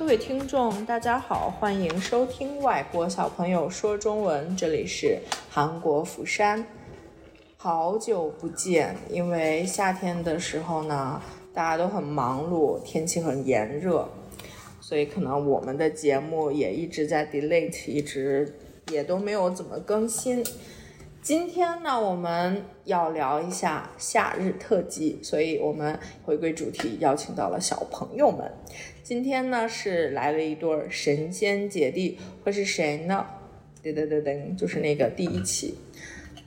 位听众，大家好，欢迎收听《外国小朋友说中文》，这里是韩国釜山。好久不见，因为夏天的时候呢，大家都很忙碌，天气很炎热，所以可能我们的节目也一直在 delete，一直也都没有怎么更新。今天呢，我们要聊一下夏日特辑，所以我们回归主题，邀请到了小朋友们。今天呢是来了一对儿神仙姐弟，会是谁呢？噔噔噔噔，就是那个第一期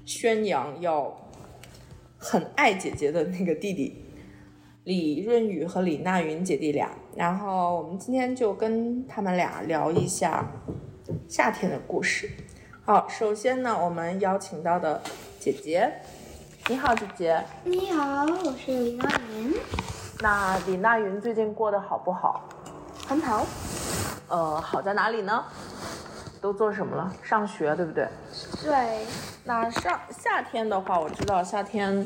宣扬要很爱姐姐的那个弟弟李润宇和李娜云姐弟俩。然后我们今天就跟他们俩聊一下夏天的故事。好，首先呢，我们邀请到的姐姐，你好，姐姐。你好，我是李娜云。那李娜云最近过得好不好？很好，呃，好在哪里呢？都做什么了？上学对不对？对，那上夏天的话，我知道夏天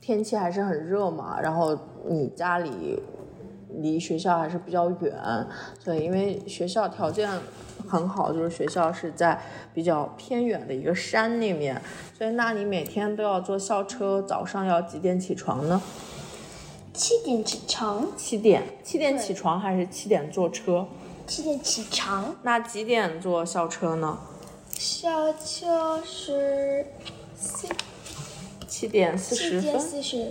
天气还是很热嘛，然后你家里离学校还是比较远，所以因为学校条件很好，就是学校是在比较偏远的一个山里面，所以那你每天都要坐校车，早上要几点起床呢？七点起床，七点，七点起对床还是七点坐车？七点起床。那几点坐校车呢？校车是四七点四十七点分。四十，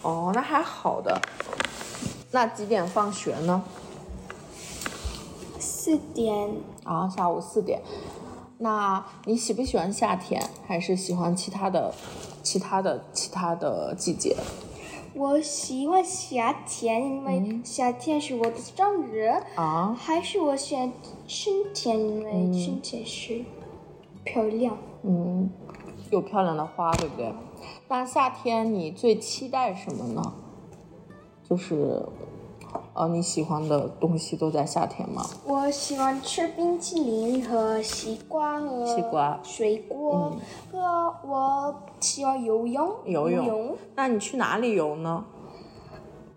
哦，那还好的。那几点放学呢？四点啊，下午四点。那你喜不喜欢夏天，还是喜欢其他的、其他的、其他的季节？我喜欢夏天，因为夏天是我的生日。啊，还是我选春天，因为春天是漂亮。嗯，有漂亮的花，对不对？那夏天你最期待什么呢？就是，呃，你喜欢的东西都在夏天吗？我喜欢吃冰淇淋和西瓜和西瓜水果，和我喜欢游泳游泳泳。那你去哪里游呢？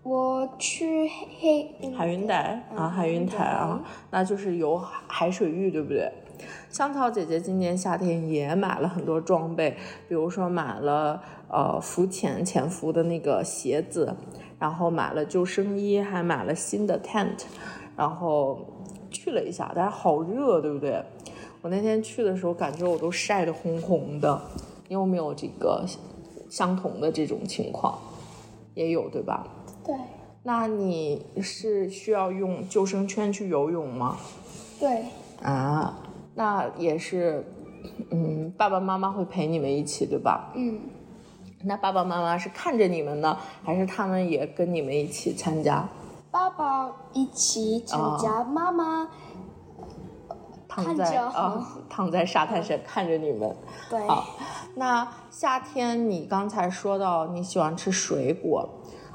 我去黑黑海云台啊，海云台啊，那就是有海海水浴，对不对？香草姐姐今年夏天也买了很多装备，比如说买了呃浮潜潜伏的那个鞋子，然后买了救生衣，还买了新的 tent，然后去了一下，但是好热，对不对？我那天去的时候，感觉我都晒得红红的。你有没有这个相同的这种情况？也有，对吧？对那你是需要用救生圈去游泳吗？对啊，那也是，嗯，爸爸妈妈会陪你们一起，对吧？嗯，那爸爸妈妈是看着你们呢，还是他们也跟你们一起参加？爸爸一起参加，妈哦妈躺在看着啊，躺在沙滩上看着你们。对好，那夏天你刚才说到你喜欢吃水果，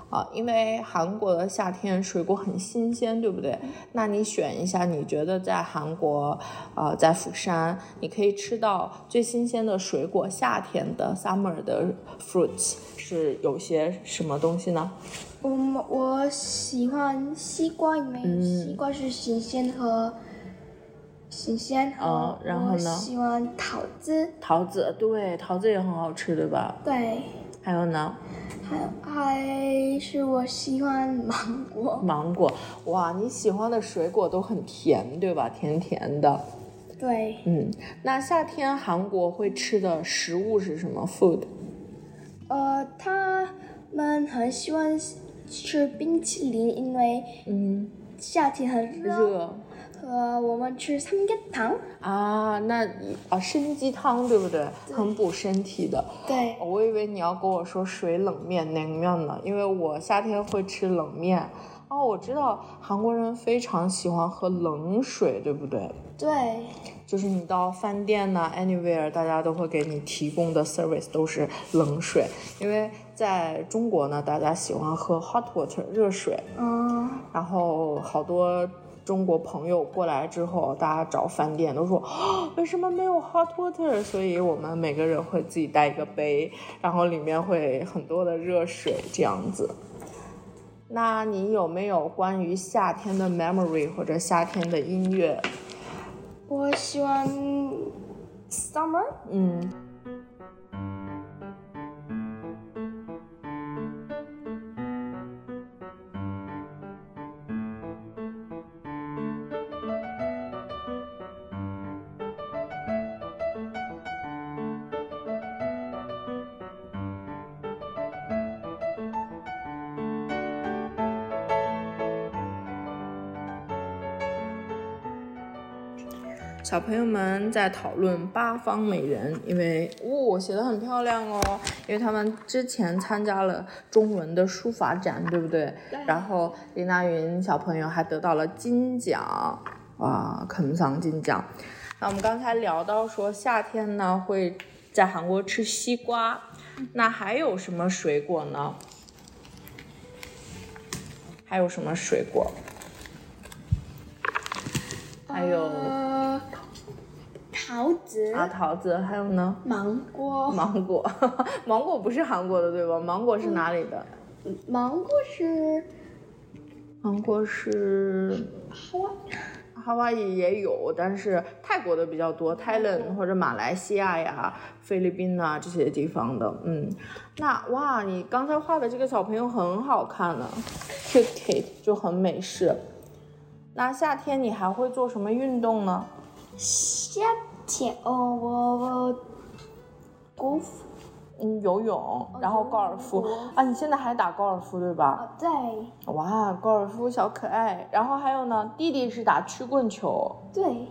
啊，因为韩国的夏天水果很新鲜，对不对？那你选一下，你觉得在韩国，呃，在釜山，你可以吃到最新鲜的水果，夏天的 summer 的 fruits 是有些什么东西呢？嗯，我喜欢西瓜，因为嗯西瓜是新鲜和新鲜和、哦然后呢我喜欢桃子，桃子，对，桃子也很好吃，对吧？对，还有呢？还还是我喜欢芒果，芒果，哇，你喜欢的水果都很甜，对吧？甜甜的。对，嗯，那夏天韩国会吃的食物是什么？food？呃，他们很喜欢吃冰淇淋，因为嗯，夏天很热，热和我们吃三明糖，啊，那啊参鸡汤对不对？很补身体的。对，我以为你要跟我说水冷面、冷面呢，因为我夏天会吃冷面。哦，我知道韩国人非常喜欢喝冷水，对不对？对，就是你到饭店呐、a n y w h e r e 大家都会给你提供的 service 都是冷水，因为在中国呢，大家喜欢喝 hot water 热水，嗯，然后好多中国朋友过来之后，大家找饭店都说、 啊为什么没有 hot water？所以我们每个人会自己带一个杯，然后里面会很多的热水这样子。那你有没有关于夏天的 memory 或者夏天的音乐？我喜欢 summer，嗯，小朋友们在讨论八方美人，因为哦写的很漂亮哦，因为他们之前参加了中文的书法展，对不对？对然后林娜云小朋友还得到了金奖，哇，肯桑金奖。那我们刚才聊到说夏天呢会在韩国吃西瓜，那还有什么水果呢？还有什么水果？还有。呃，桃子、啊，桃子，还有呢，芒果，芒果， 芒果不是韩国的对吧？芒果是哪里的？芒果是芒果是哈哇哈瓦伊也有，但是泰国的比较多，Thailand 或者马来西亚呀、菲律宾呐、这些地方的。嗯，那哇，你刚才画的这个小朋友很好看呢、c u t e kid 就很美式。那夏天你还会做什么运动呢？夏天哦，我我国服嗯，游泳，然后高尔夫游泳啊，你现在还打高尔夫对吧？啊，对哇，高尔夫小可爱。然后还有呢，弟弟是打曲棍球，对，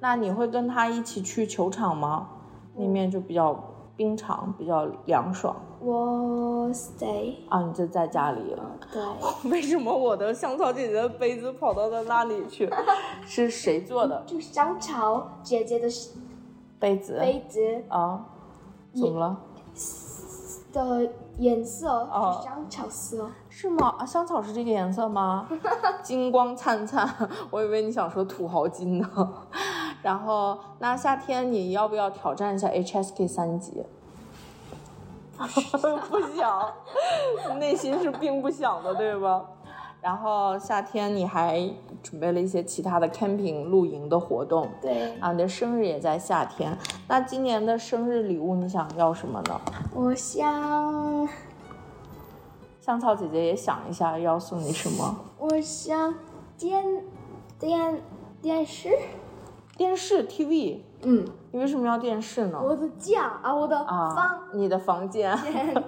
那你会跟他一起去球场吗？那面就比较冰场，比较凉爽我 stay 啊。你就在家里了。 对，为什么我的香草姐姐的杯子跑到了那里去？ 是谁做的就香草姐姐的杯子？杯子啊，怎么了？的颜色哦是香草色，是吗？啊，香草是这个颜色吗？金光灿灿， 我以为你想说土豪金呢。然后，那夏天你要不要挑战一下 HSK 三级？不 想，内心是并不想的，对吧？然后夏天你还准备了一些其他的 camping 露营的活动对，啊，你的生日也在夏天。那今年的生日礼物你想要什么呢？我想香草姐姐也想一下要送你什么。我想电电电视，电视 TV，嗯，你为什么要电视呢？我的家啊，我的啊房，你的房 间，间，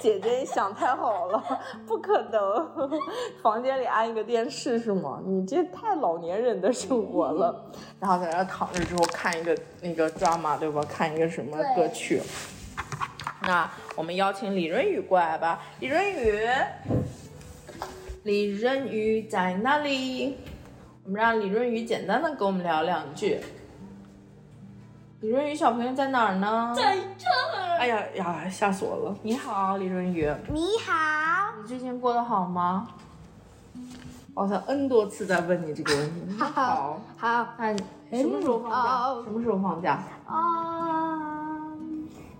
姐姐想太好 了，不可能，房间里安一个电视是吗？你这太老年人的生活了。然后在那躺着之后看一个那个 drama 对吧？看一个什么对歌曲？那我们邀请李润宇过来吧，李润宇，李润宇在哪里？我们让李润宇简单的跟我们聊两句。李润宇小朋友在哪儿呢？在这儿。 哎呀呀，吓死我了！你好，李润宇，你好，你最近过得好吗？我操，N 多次在问你这个问题。你 好，哎好，那你什么时候放哦假？哦什么时候放假？啊，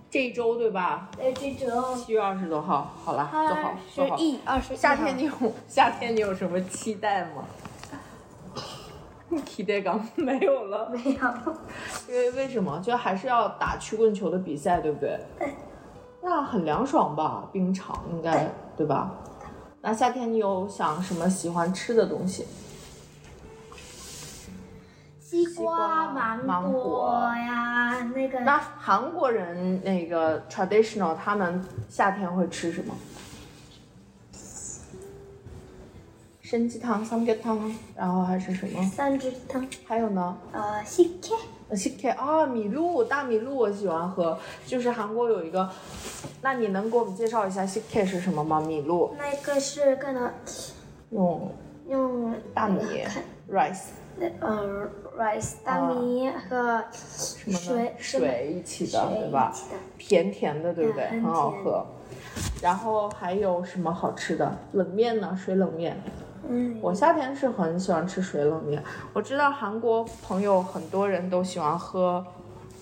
这一周对吧？对这种七月二十多号。好了，坐好，坐好。一二十一夏天你有夏天你有什么期待吗？ 期待感没有了，没有，因为为什么？就还是要打曲棍球的比赛，对不对？那很凉爽吧，冰场应该对吧？那夏天你有想什么喜欢吃的东西？西瓜瓜、芒芒果呀，那个那韩国人那个 traditional，他们夏天会吃什么？参鸡汤、三鸡汤，然后还是什么？三只汤，还有呢？呃，西 K，呃西 K 啊，米露大米露我喜欢喝，就是韩国有一个，那你能给我们介绍一下西 K 是什么吗？米露那个是干嘛？用用大米 rice 呃 rice 大米和什么呢水水一起的水对吧一？起的甜甜的对不对？嗯很很好甜喝。然后还有什么好吃的？冷面呢？水冷面。嗯，我夏天是很喜欢吃水冷面。我知道韩国朋友很多人都喜欢喝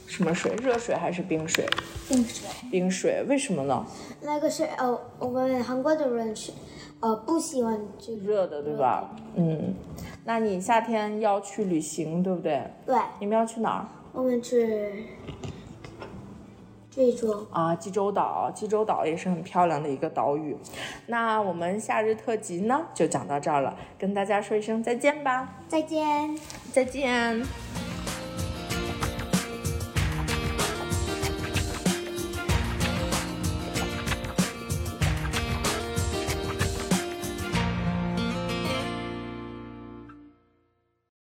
什么水？热水还是冰水？冰水。冰水为什么呢？嗯那个是呃，我们韩国的人是呃不喜欢这个热的，对吧？嗯，那你夏天要去旅行，对不对？对，你们要去哪儿？我们去这种啊，济州岛，济州岛也是很漂亮的一个岛屿。那我们夏日特辑呢，就讲到这儿了，跟大家说一声再见吧，再见。再见。